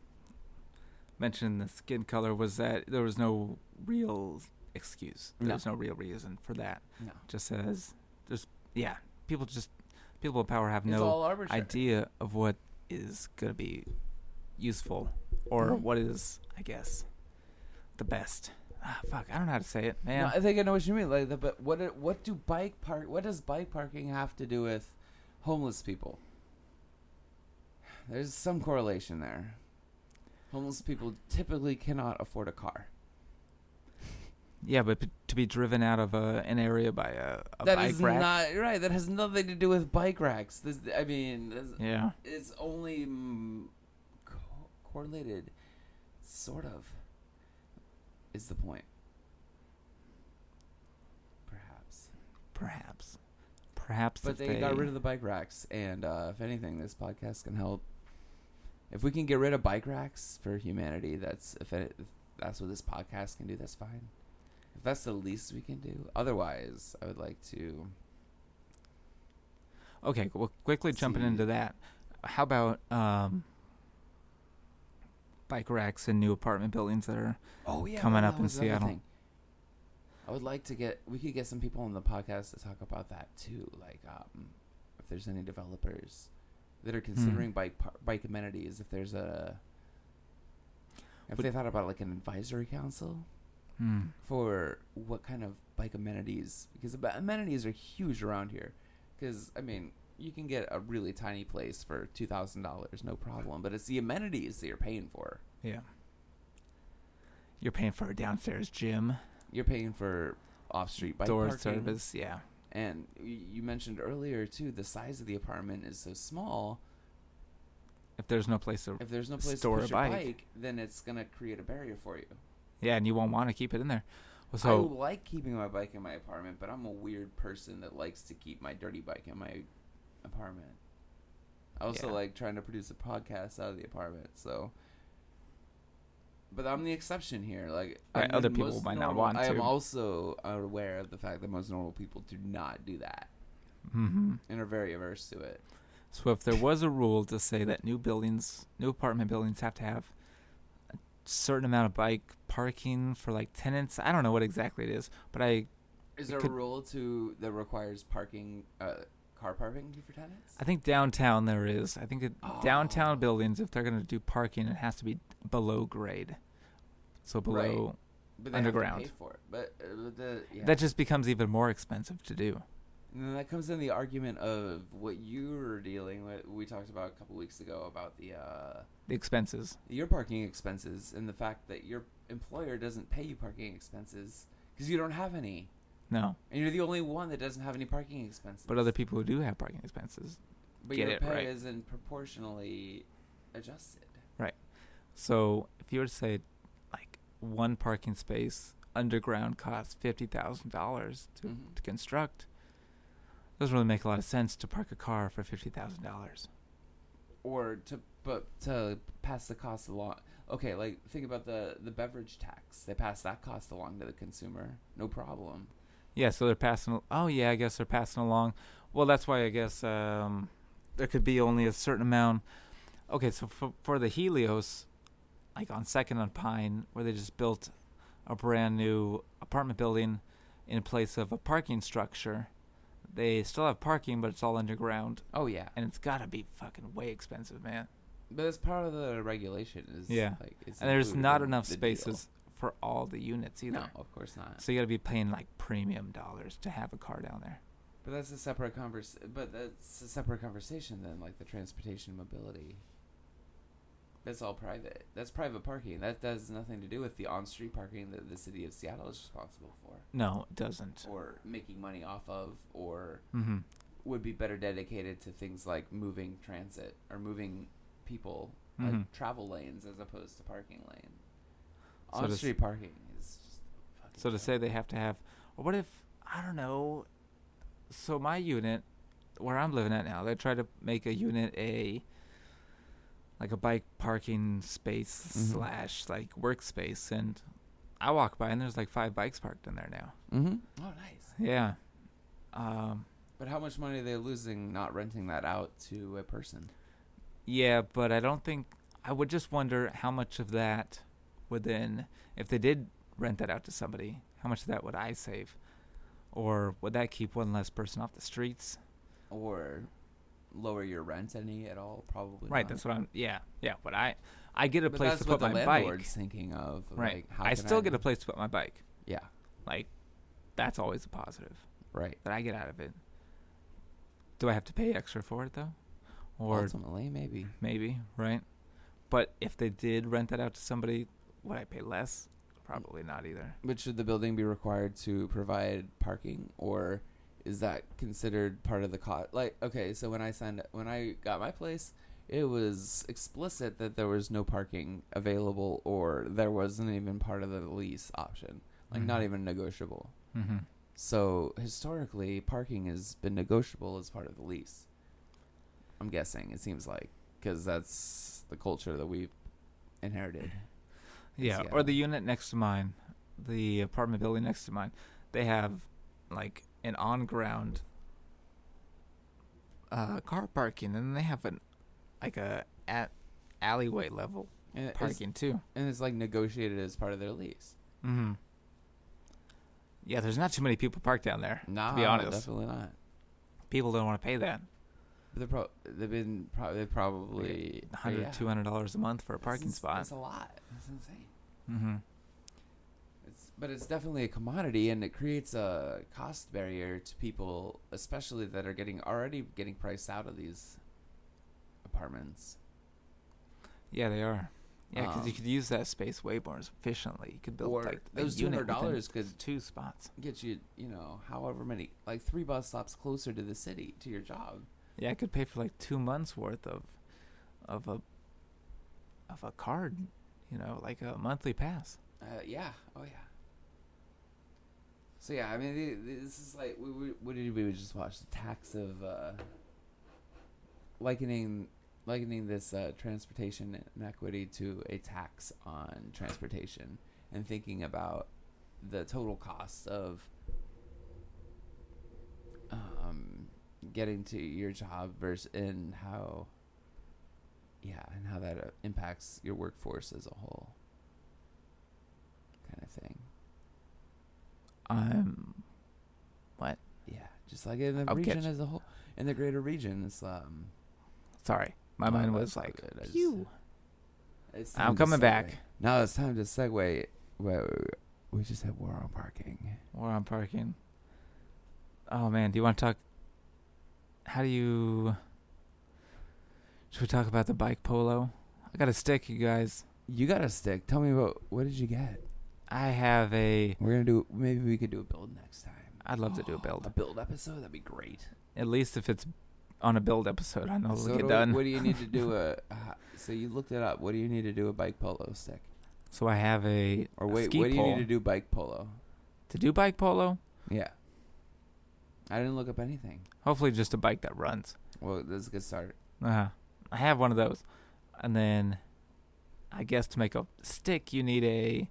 B: mentioned uh, the skin color was that there was no real excuse. There
A: No.
B: was no real reason for that.
A: No.
B: Just as there's yeah, people just people with power have
A: It's
B: no
A: all arbitrary.
B: idea of what is gonna be useful or
A: Mhm.
B: what is I guess the best. Ah, fuck, I don't know how to say it, man.
A: No, I think I know what you mean. Like, the, but what it- what do bike park? What does bike parking have to do with homeless people? There's some correlation there. Homeless people typically cannot afford a car.
B: yeah, but p- to be driven out of a, an area by a, a
A: That
B: bike
A: is
B: rack.
A: not right. That has nothing to do with bike racks. This, I mean, this,
B: yeah.
A: it's only mm, co- correlated, sort of. Is the point? Perhaps.
B: Perhaps. Perhaps
A: But
B: if
A: they, got rid of the bike racks, and uh, if anything, this podcast can help. If we can get rid of bike racks for humanity, that's if, it, if that's what this podcast can do. That's fine. If that's the least we can do, otherwise, I would like to.
B: Okay, well, quickly jumping
A: See.
B: into that. How about um, bike racks in new apartment buildings that are
A: Oh yeah,
B: Coming
A: man,
B: up
A: that
B: in
A: was another
B: Seattle.
A: thing. I would like to get. We could get some people on the podcast to talk about that too. Like, um, if there's any developers that
B: Hmm.
A: are considering bike par- bike amenities, if there's a, if
B: Would-
A: they thought about like an advisory council.
B: hmm,
A: for what kind of bike amenities because ab- amenities are huge around here because i mean you can get a really tiny place for $2000 no problem but it's the amenities that you're paying for
B: yeah. You're paying for a downstairs gym,
A: you're paying for off-street bike
B: door
A: parking,
B: service, yeah.
A: and y- you mentioned earlier too the size of the apartment is so small
B: If there's no place to,
A: if there's no place
B: Store
A: to
B: a
A: put your
B: bike.
A: bike. then it's going to create a barrier for you
B: yeah, and you won't want to keep it in there. Well,
A: i
B: so
A: like keeping my bike in my apartment but i'm a weird person that likes to keep my dirty bike in my apartment i also
B: Yeah.
A: like trying to produce a podcast out of the apartment so but i'm the exception here like I
B: Right, other
A: mean,
B: people
A: most
B: might not
A: normal-
B: want
A: i am
B: to.
A: also aware of the fact that most normal people do not do that
B: hmm
A: and are very averse to it
B: so if there was a rule to say that new buildings, new apartment buildings have to have a certain amount of bike parking for like tenants, I don't know what exactly it is, but I
A: is
B: It
A: there
B: could-
A: a rule to that requires parking uh, car parking for tenants
B: I think downtown there is. I think that
A: Oh.
B: downtown buildings, if they're going to do parking, it has to be below grade. So
A: Right.
B: below
A: but they have to
B: underground.
A: pay for it but uh, the, yeah.
B: that just becomes even more expensive to do.
A: And then that comes in the argument of what you were dealing with. We talked about a couple weeks ago about the uh,
B: The expenses.
A: your parking expenses and the fact that your employer doesn't pay you parking expenses because you don't have any,
B: No,
A: and you're the only one that doesn't have any parking expenses.
B: but other people who do have parking expenses.
A: but
B: get
A: your
B: it
A: pay
B: right.
A: isn't proportionally adjusted.
B: So if you were to say, like one parking space underground costs fifty thousand dollars to
A: Mhm.
B: to construct, doesn't really make a lot of sense to park a car for fifty thousand dollars.
A: or to but to pass the cost along. Okay, like think about the the beverage tax. They pass that cost along to the consumer, no problem.
B: Yeah, so they're passing. al- Oh yeah, I guess they're passing along. Well, that's why I guess um, there could be only a certain amount. Okay, so for for the Helios, like on Second on Pine, where they just built a brand new apartment building in place of a parking structure, they still have parking, but it's all underground,
A: Oh yeah,
B: and it's gotta be fucking way expensive, man.
A: But that's part of the regulation. Is
B: Yeah.
A: like, it's
B: And there's
A: included
B: not
A: in
B: enough
A: the deal.
B: spaces for all the units either.
A: No, of course not.
B: So you gotta be paying like premium dollars to have a car down there.
A: But that's a separate convers. But that's a separate conversation than like the transportation mobility. That's all private. That's private parking. That has nothing to do with the on-street parking that the city of Seattle is responsible for,
B: No, it doesn't.
A: or making money off of, or
B: Mm-hmm.
A: would be better dedicated to things like moving transit or moving people,
B: Mhm.
A: like travel lanes as opposed to parking lane.
B: So does-
A: On-street parking is just. a fucking
B: So to
A: joke.
B: say they have to have, or what if I don't know? So my unit, where I'm living at now, they tried to make a unit a like a bike parking space
A: Mhm.
B: slash like workspace, and I walk by and there's like five bikes parked in there now.
A: Mm-hmm. Oh, nice.
B: Yeah, um,
A: But how much money are they losing not renting that out to a person?
B: yeah, but I don't think I would just wonder how much of that would then, if they did rent that out to somebody, how much of that would I save? Or would that keep one less person off the streets?
A: or lower your rent any at all? Probably
B: right.
A: not.
B: That's what I'm. Yeah, yeah. But I, I get a
A: But
B: place
A: that's
B: to
A: what
B: put my
A: the
B: bike.
A: landlord's thinking of.
B: Right.
A: Like, how
B: I
A: can
B: still get a place to put my bike.
A: Yeah.
B: Like, that's always a positive
A: Right.
B: that I get out of it. Do I have to pay extra for it though? Or
A: Ultimately, maybe.
B: maybe right? But if they did rent that out to somebody, would I pay less? Probably not either.
A: But should the building be required to provide parking, or is that considered part of the cost? Like, okay, so when I signed, when I got my place, it was explicit that there was no parking available, or there wasn't even part of the lease option, like not
B: Mhm.
A: even negotiable.
B: Mm-hmm.
A: So historically, parking has been negotiable as part of the lease. I'm guessing it seems like because that's the culture that we've inherited.
B: Yeah,
A: Seattle.
B: or the unit next to mine, the apartment building next to mine, they have like an on-ground uh, car parking, and they have an like a at alleyway level
A: And it's-
B: parking too.
A: and it's like negotiated as part of their lease.
B: Mm-hmm. Yeah, there's not too many people parked down there.
A: No,
B: be honest.
A: definitely not.
B: People don't want to pay that
A: They're pro- they've been pro- they probably
B: hundred,
A: yeah.
B: two hundred dollars a month for a parking
A: That's-
B: spot.
A: That's a lot. That's insane.
B: mm-hmm.
A: It's, but it's definitely a commodity, and it creates a cost barrier to people, especially that are getting already getting priced out of these apartments.
B: Yeah, they are. Yeah, because you
A: Um,
B: could use that space way more efficiently. You could build
A: or
B: like a
A: those two
B: unit
A: hundred
B: within
A: dollars could
B: two spots.
A: get you, you know, however many, like three bus stops closer to the city to your job.
B: Yeah, I could pay for like two months worth of, of a, of a card, you know, like a monthly pass.
A: Uh, yeah. Oh yeah. So yeah, I mean, th- th- this is like we, we what did we just watch? The tax of uh, likening likening this uh, transportation inequity to a tax on transportation, and thinking about the total cost of um, getting to your job versus and how yeah, and how that uh, impacts your workforce as a whole, kind of thing.
B: Um, what?
A: Yeah, just like in the
B: I'll
A: region
B: catch-
A: as a whole, in the greater region, it's um.
B: Sorry, my
A: Oh,
B: mind
A: that's
B: was
A: all
B: like,
A: good. I just-
B: phew.
A: It's
B: I'm
A: time to
B: coming back.
A: segue. Now it's time to segue. Well, we just had war on parking.
B: We're on parking. Oh man, do you want to talk? How do you? Should we talk about the bike polo? I got a stick, you guys.
A: You got a stick. Tell me about what did you get?
B: I have a.
A: We're gonna do. Maybe we could do a build next time.
B: I'd love to
A: (gasps)
B: do a
A: A
B: build.
A: build episode. That'd be great.
B: At least if it's on a build episode, I know it'll
A: So
B: get
A: do-
B: done.
A: What do you need to do
B: (laughs)
A: a? Uh, so you looked it up. What do you need to do a bike polo stick?
B: So I have a
A: Or
B: a
A: wait,
B: ski
A: what do you
B: pole.
A: need to do bike polo?
B: to do bike polo.
A: Yeah. I didn't look up anything.
B: Hopefully, just a bike that runs.
A: Well, this is a good start.
B: Uh-huh. I have one of those, and then I guess to make a stick, you need a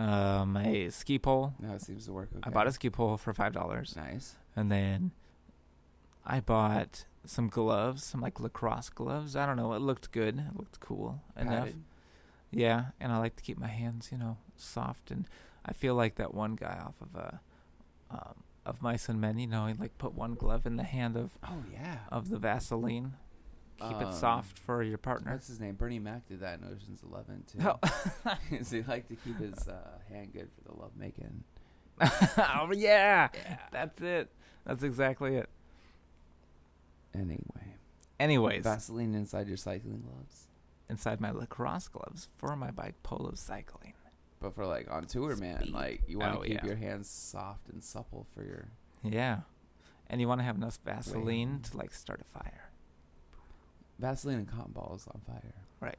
B: um a ski pole.
A: No, it seems to work. Okay.
B: I bought a ski pole for five dollars,
A: Nice.
B: and then I bought some gloves, some like lacrosse gloves. I don't know. It looked good. It looked cool enough.
A: Padded.
B: Yeah, and I like to keep my hands, you know, soft. And I feel like that one guy off of uh, um, of Mice and Men, you know, he like put one glove in the hand of
A: Oh yeah.
B: of the Vaseline. Keep
A: Um,
B: it soft for your partner.
A: What's his name? Bernie Mac did that in Ocean's Eleven too.
B: Oh.
A: (laughs)
B: (laughs)
A: 'Cause he liked to keep his uh, hand good for the love making.
B: (laughs) oh yeah, that's it. That's exactly it.
A: Anyway,
B: Anyways,
A: Vaseline inside your cycling gloves,
B: inside my lacrosse gloves for my bike polo cycling.
A: but for like on tour, man,
B: Speed.
A: like you want to
B: Oh,
A: keep
B: yeah.
A: your hands soft and supple for your.
B: Yeah, and you want to have enough Vaseline to like start a fire.
A: Vaseline and cotton balls on fire.
B: Right.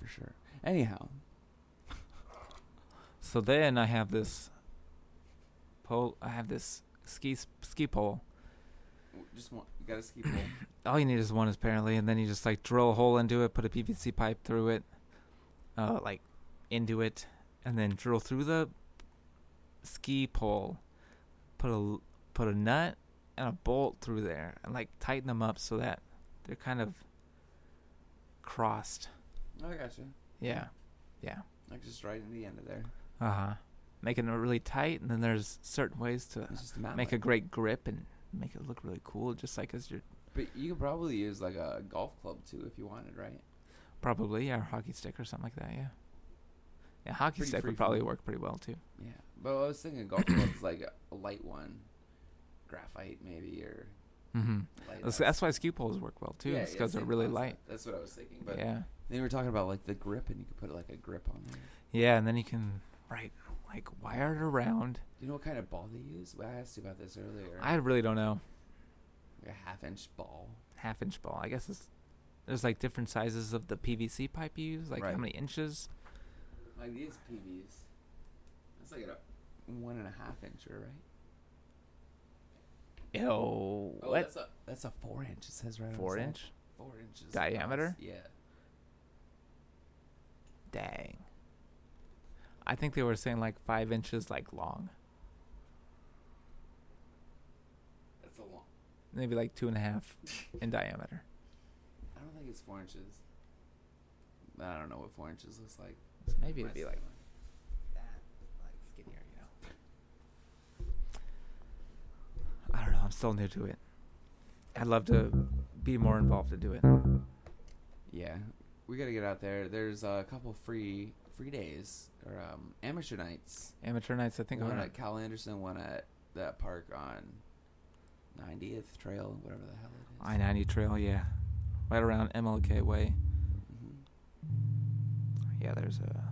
A: For sure. Anyhow,
B: So then I have this pole. I have this ski s- ski pole.
A: w- just want you gotta ski pole.
B: all you need is one apparently, and then you just like drill a hole into it, put a PVC pipe through it, uh, like into it, and then drill through the ski pole, put a l- put a nut and a bolt through there, and like tighten them up so that they're kind of crossed.
A: (coughs) I gotcha.
B: Yeah, yeah.
A: Like just right in the end of there.
B: Uh huh. Making it really tight, and then there's certain ways to
A: It's just a map.
B: make a
A: link.
B: great grip and make it look really cool, just like as you're
A: But you could probably use like a golf club too if you wanted, right?
B: probably yeah, or hockey stick or something like that. Yeah. Yeah, hockey
A: Pretty
B: stick
A: free
B: would probably
A: form.
B: work pretty well too.
A: Yeah. But I was thinking golf club's like a light one, graphite maybe or
B: Mm-hmm.
A: light.
B: That's,
A: up.
B: that's why skew poles work well too.
A: Yeah,
B: it's
A: yeah,
B: because they're
A: same
B: really light.
A: concept. That's what I was thinking. But
B: yeah.
A: then we were talking about like the grip, and you could put like a grip on there.
B: Yeah, and then you can right like wire it around.
A: Do you know what kind of ball they use? Well, I asked you about this earlier.
B: I really don't know.
A: like a half inch ball.
B: Half inch ball. I guess it's there's like different sizes of the PVC pipe you use, like
A: Right.
B: how many inches.
A: Like these PVs. That's like a one and a half incher, right?
B: Ew.
A: Oh,
B: what?
A: That's a, that's a four inch. It says right on the
B: Four
A: side.
B: inch?
A: Four inches. across.
B: Diameter?
A: Yeah.
B: Dang. I think they were saying like five inches like long.
A: That's a long.
B: Maybe like two and a half in diameter.
A: I don't think it's four inches. I don't know what four inches looks like.
B: So maybe it'd
A: My
B: be
A: son-
B: like that, like skinnier, you know. I don't know, I'm still new to it. I'd love to be more involved to do it.
A: Yeah, we gotta get out there. There's a couple free free days or um, amateur nights.
B: Amateur nights, I think.
A: one
B: Are,
A: at Cal Anderson, one at that park on 90th Trail, whatever the hell it is.
B: I ninety trail, yeah, right around MLK Way.
A: Mhm.
B: Yeah, there's a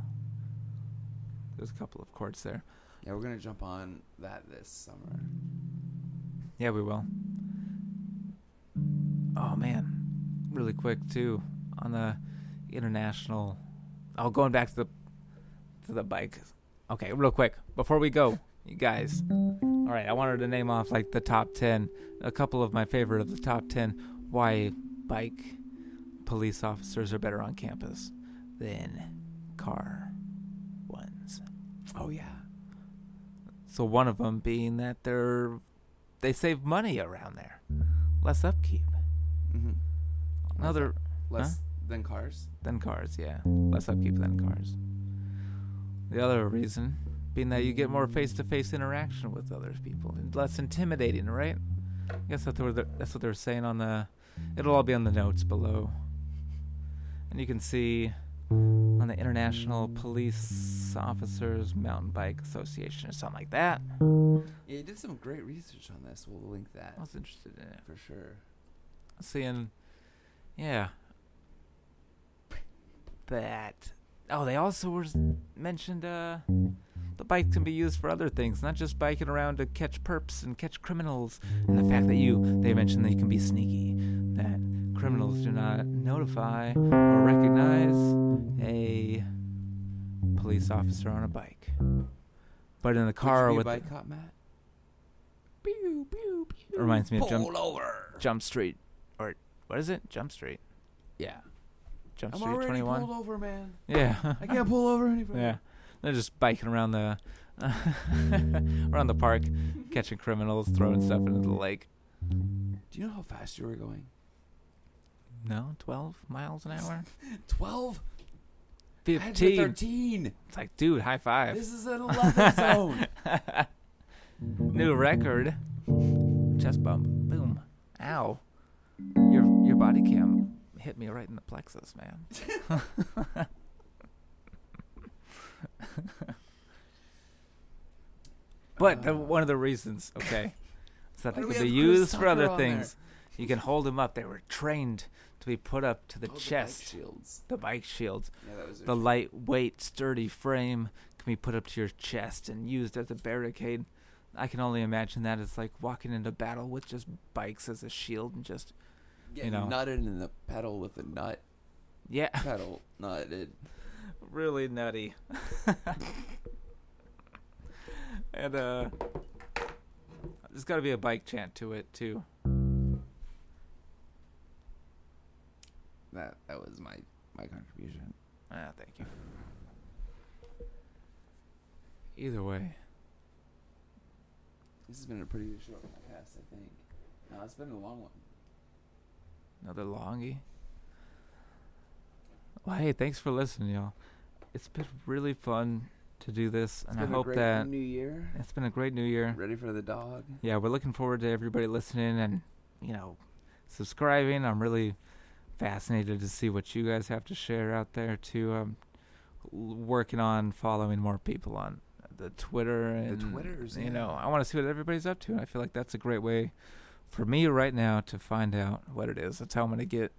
B: there's a couple of courts there.
A: Yeah, we're gonna jump on that this summer.
B: Mm-hmm. Yeah, we will. Oh man, really quick too on the international. Oh, going back to the to the bike. Okay, real quick before we go, you guys. All right, I wanted to name off like the top ten, a couple of my favorite of the top ten why bike police officers are better on campus than car ones.
A: Oh yeah.
B: So one of them being that they're they save money around there, less upkeep.
A: Mm-hmm.
B: Another
A: Less than cars.
B: than cars, yeah, less upkeep than cars. The other reason being that you get more face-to-face interaction with other people and less intimidating, right? I guess that's what they're, that's what they're saying on the. It'll all be on the notes below, and you can see on the International Police Officers Mountain Bike Association or something like that.
A: Yeah, you did some great research on this. We'll link that
B: I was interested in it.
A: for sure.
B: seeing yeah that oh they also were s- mentioned uh the bike can be used for other things not just biking around to catch perps and catch criminals and the fact that you they mentioned that you can be sneaky that criminals do not notify or recognize a police officer on a bike but in the car
A: Would you be a
B: with
A: bike cop, Matt. Pew, pew, pew.
B: Reminds me
A: Pull
B: of Jump-
A: over.
B: jump street or what is it jump street
A: Yeah.
B: jump
A: I'm
B: street
A: already
B: 21
A: pulled over, man.
B: yeah
A: I can't pull over anybody.
B: Yeah, they're just biking around the (laughs) around the park, catching criminals, throwing stuff into the lake.
A: Do you know how fast you were going?
B: No, twelve miles an hour,
A: Twelve. I had to go
B: fifteen.
A: Thirteen.
B: It's like, dude, high five.
A: This is an
B: (laughs)
A: eleven zone.
B: New record. Chest bump. Boom. Ow. Your your body cam hit me right in the plexus, man. But the,
A: Uh,
B: one of the reasons, okay, is that
A: Why
B: they
A: do we
B: can be
A: have Chris
B: used for other
A: Tucker on there?
B: things. You can hold them up. They were trained to be put up to the
A: Oh, bike
B: chest.
A: shields.
B: The bike shields,
A: Yeah, that was a
B: the lightweight, sturdy frame can be put up to your chest and used as a barricade. I can only imagine that it's like walking into battle with just bikes as a shield and just
A: Getting
B: know.
A: nutted in the pedal with a nut.
B: yeah, (laughs)
A: (laughs) Pedal nutted.
B: really nutty. (laughs) and uh, there's got to be a bike chant to it too.
A: That that was my my contribution.
B: Ah, thank you. Either way,
A: This has been a pretty short podcast, I think. No, it's been a long one.
B: another longie. Well, hey, thanks for listening, y'all. it's been really fun to do this,
A: It's
B: and I
A: been a
B: hope
A: great
B: that
A: new year.
B: it's been a great new year.
A: Ready for the dog.
B: Yeah, we're looking forward to everybody listening and you know subscribing. I'm really fascinated to see what you guys have to share out there too. Um, l- working on following more people on the Twitter
A: The
B: and
A: Twitters,
B: You
A: yeah.
B: know, I want to see what everybody's up to, and I feel like that's a great way for me right now to find out what it is. That's how I'm going to get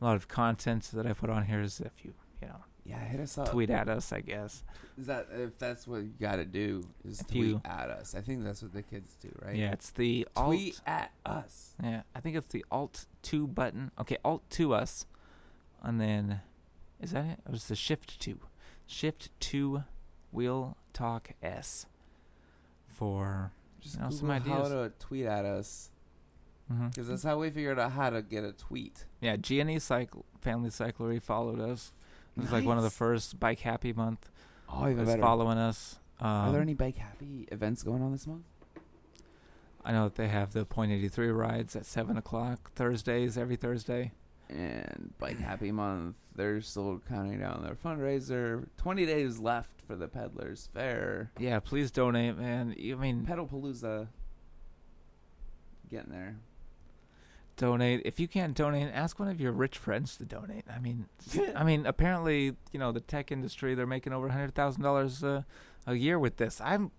B: a lot of content that I put on here. Is if you you know
A: Yeah, hit us up.
B: tweet at us, I guess.
A: Is that if that's what you got to do is
B: If
A: tweet
B: you-
A: at us? I think that's what the kids do, right?
B: Yeah, it's the alt.
A: Tweet at us.
B: Yeah, I think it's the Alt two button. Okay, Alt to us, and then is that it? It was the Shift two, Shift two, Wheel Talk S. For
A: Just
B: Now,
A: Google
B: some
A: how
B: ideas.
A: to tweet at us
B: mhm.
A: because that's how we figured out how to get a tweet.
B: yeah, GNE Cycle Family Cyclery followed us. It was like one of the
A: Nice.
B: first Bike Happy Month.
A: Oh, even
B: was
A: better.
B: following us. Um,
A: Are there any bike happy events going on this month?
B: I know that they have the Point eighty three rides at seven o'clock Thursdays every Thursday.
A: and Bike Happy Month. They're still counting down their fundraiser. 20 days left for the Peddlers Fair.
B: Yeah, please donate, man. I
A: Mm.
B: mean,
A: Pedalpalooza. Getting there.
B: donate if you can't donate ask one of your rich friends to donate i mean s- i mean apparently you know the tech industry they're making over a hundred thousand dollars uh, a year with this i'm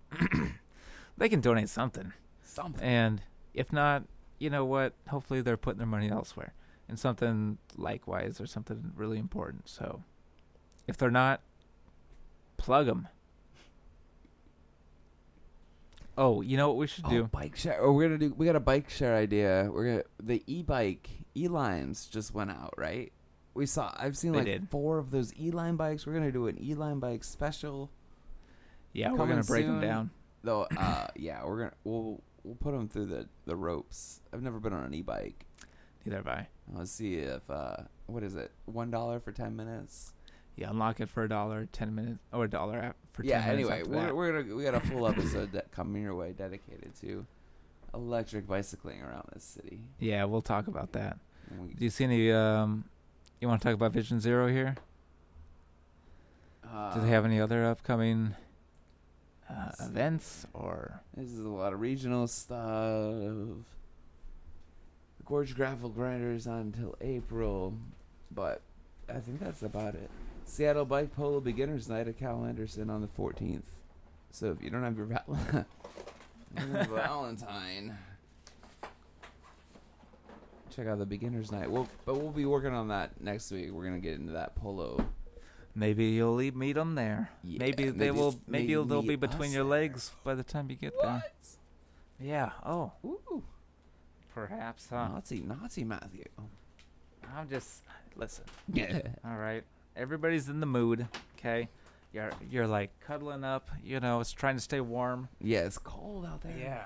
B: (coughs) they can donate something
A: Something.
B: and if not you know what hopefully they're putting their money elsewhere and something likewise or something really important so if they're not plug them oh you know what we should
A: Oh,
B: do
A: bike share. Oh, we're gonna do. We got a bike share idea. We're gonna the e-bike e-lines just went out, right? We saw. I've seen
B: They
A: like
B: did.
A: four of those e-line bikes. We're gonna do an e-line bike special.
B: yeah we're
A: coming
B: gonna break
A: soon.
B: them down
A: Though,
B: (coughs)
A: uh, yeah, we're gonna we'll we'll put them through the the ropes. I've never been on an e-bike.
B: neither have i
A: Let's see if uh, what is it? One dollar for ten minutes.
B: Yeah, unlock it for a dollar, ten minutes, or a dollar a- for ten
A: yeah.
B: minutes.
A: Anyway,
B: after
A: we're
B: that.
A: we're gonna we got a
B: (coughs)
A: full episode that coming your way dedicated to electric bicycling around this city.
B: yeah, we'll talk about that.
A: And we,
B: Do you see any? Um, you want to talk about Vision Zero here?
A: uh,
B: Do they have any other upcoming uh,
A: let's see.
B: events or?
A: This is a lot of regional stuff. Gorge Gravel Grinders on until April, but I think that's about it. Seattle Bike Polo Beginners Night at Cal Anderson on the 14th. So if you don't have your (laughs) val- Valentine, check out the Beginners Night. We'll, but we'll be working on that next week. We're gonna get into that polo.
B: Maybe you'll e- meet them there.
A: Yeah,
B: uh, maybe they
A: maybe-
B: will. Maybe,
A: maybe
B: they'll be
A: meet
B: between
A: us
B: your
A: there.
B: legs by the time you get there. Yeah. Oh,
A: Ooh,
B: perhaps. Huh?
A: Nazi, Nazi Matthew.
B: I'm just listen.
A: (laughs) Yeah.
B: All right. Everybody's in the mood. Okay. You're you're like cuddling up. You know, it's trying to stay warm.
A: Yeah, it's cold out there.
B: Yeah,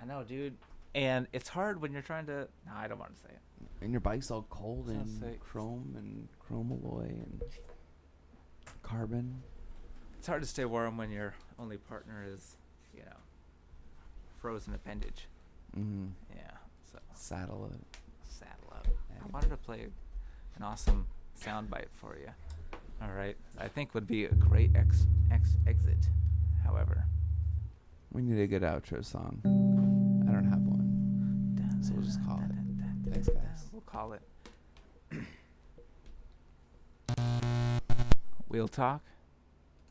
B: I know, dude. And it's hard when you're trying to. No, I don't want to say it.
A: And your bike's all cold and
B: Sounds sick.
A: chrome and chrome alloy and carbon.
B: It's hard to stay warm when your only partner is, you know, frozen appendage.
A: Mm-hmm.
B: Yeah, so
A: Saddle it.
B: saddle up. I wanted to play an awesome soundbite for you. All right, I think would be a great ex ex exit. However,
A: We need a good outro song. I don't have one. So we'll just call it. Thanks, guys.
B: We'll call it. (coughs) we'll talk.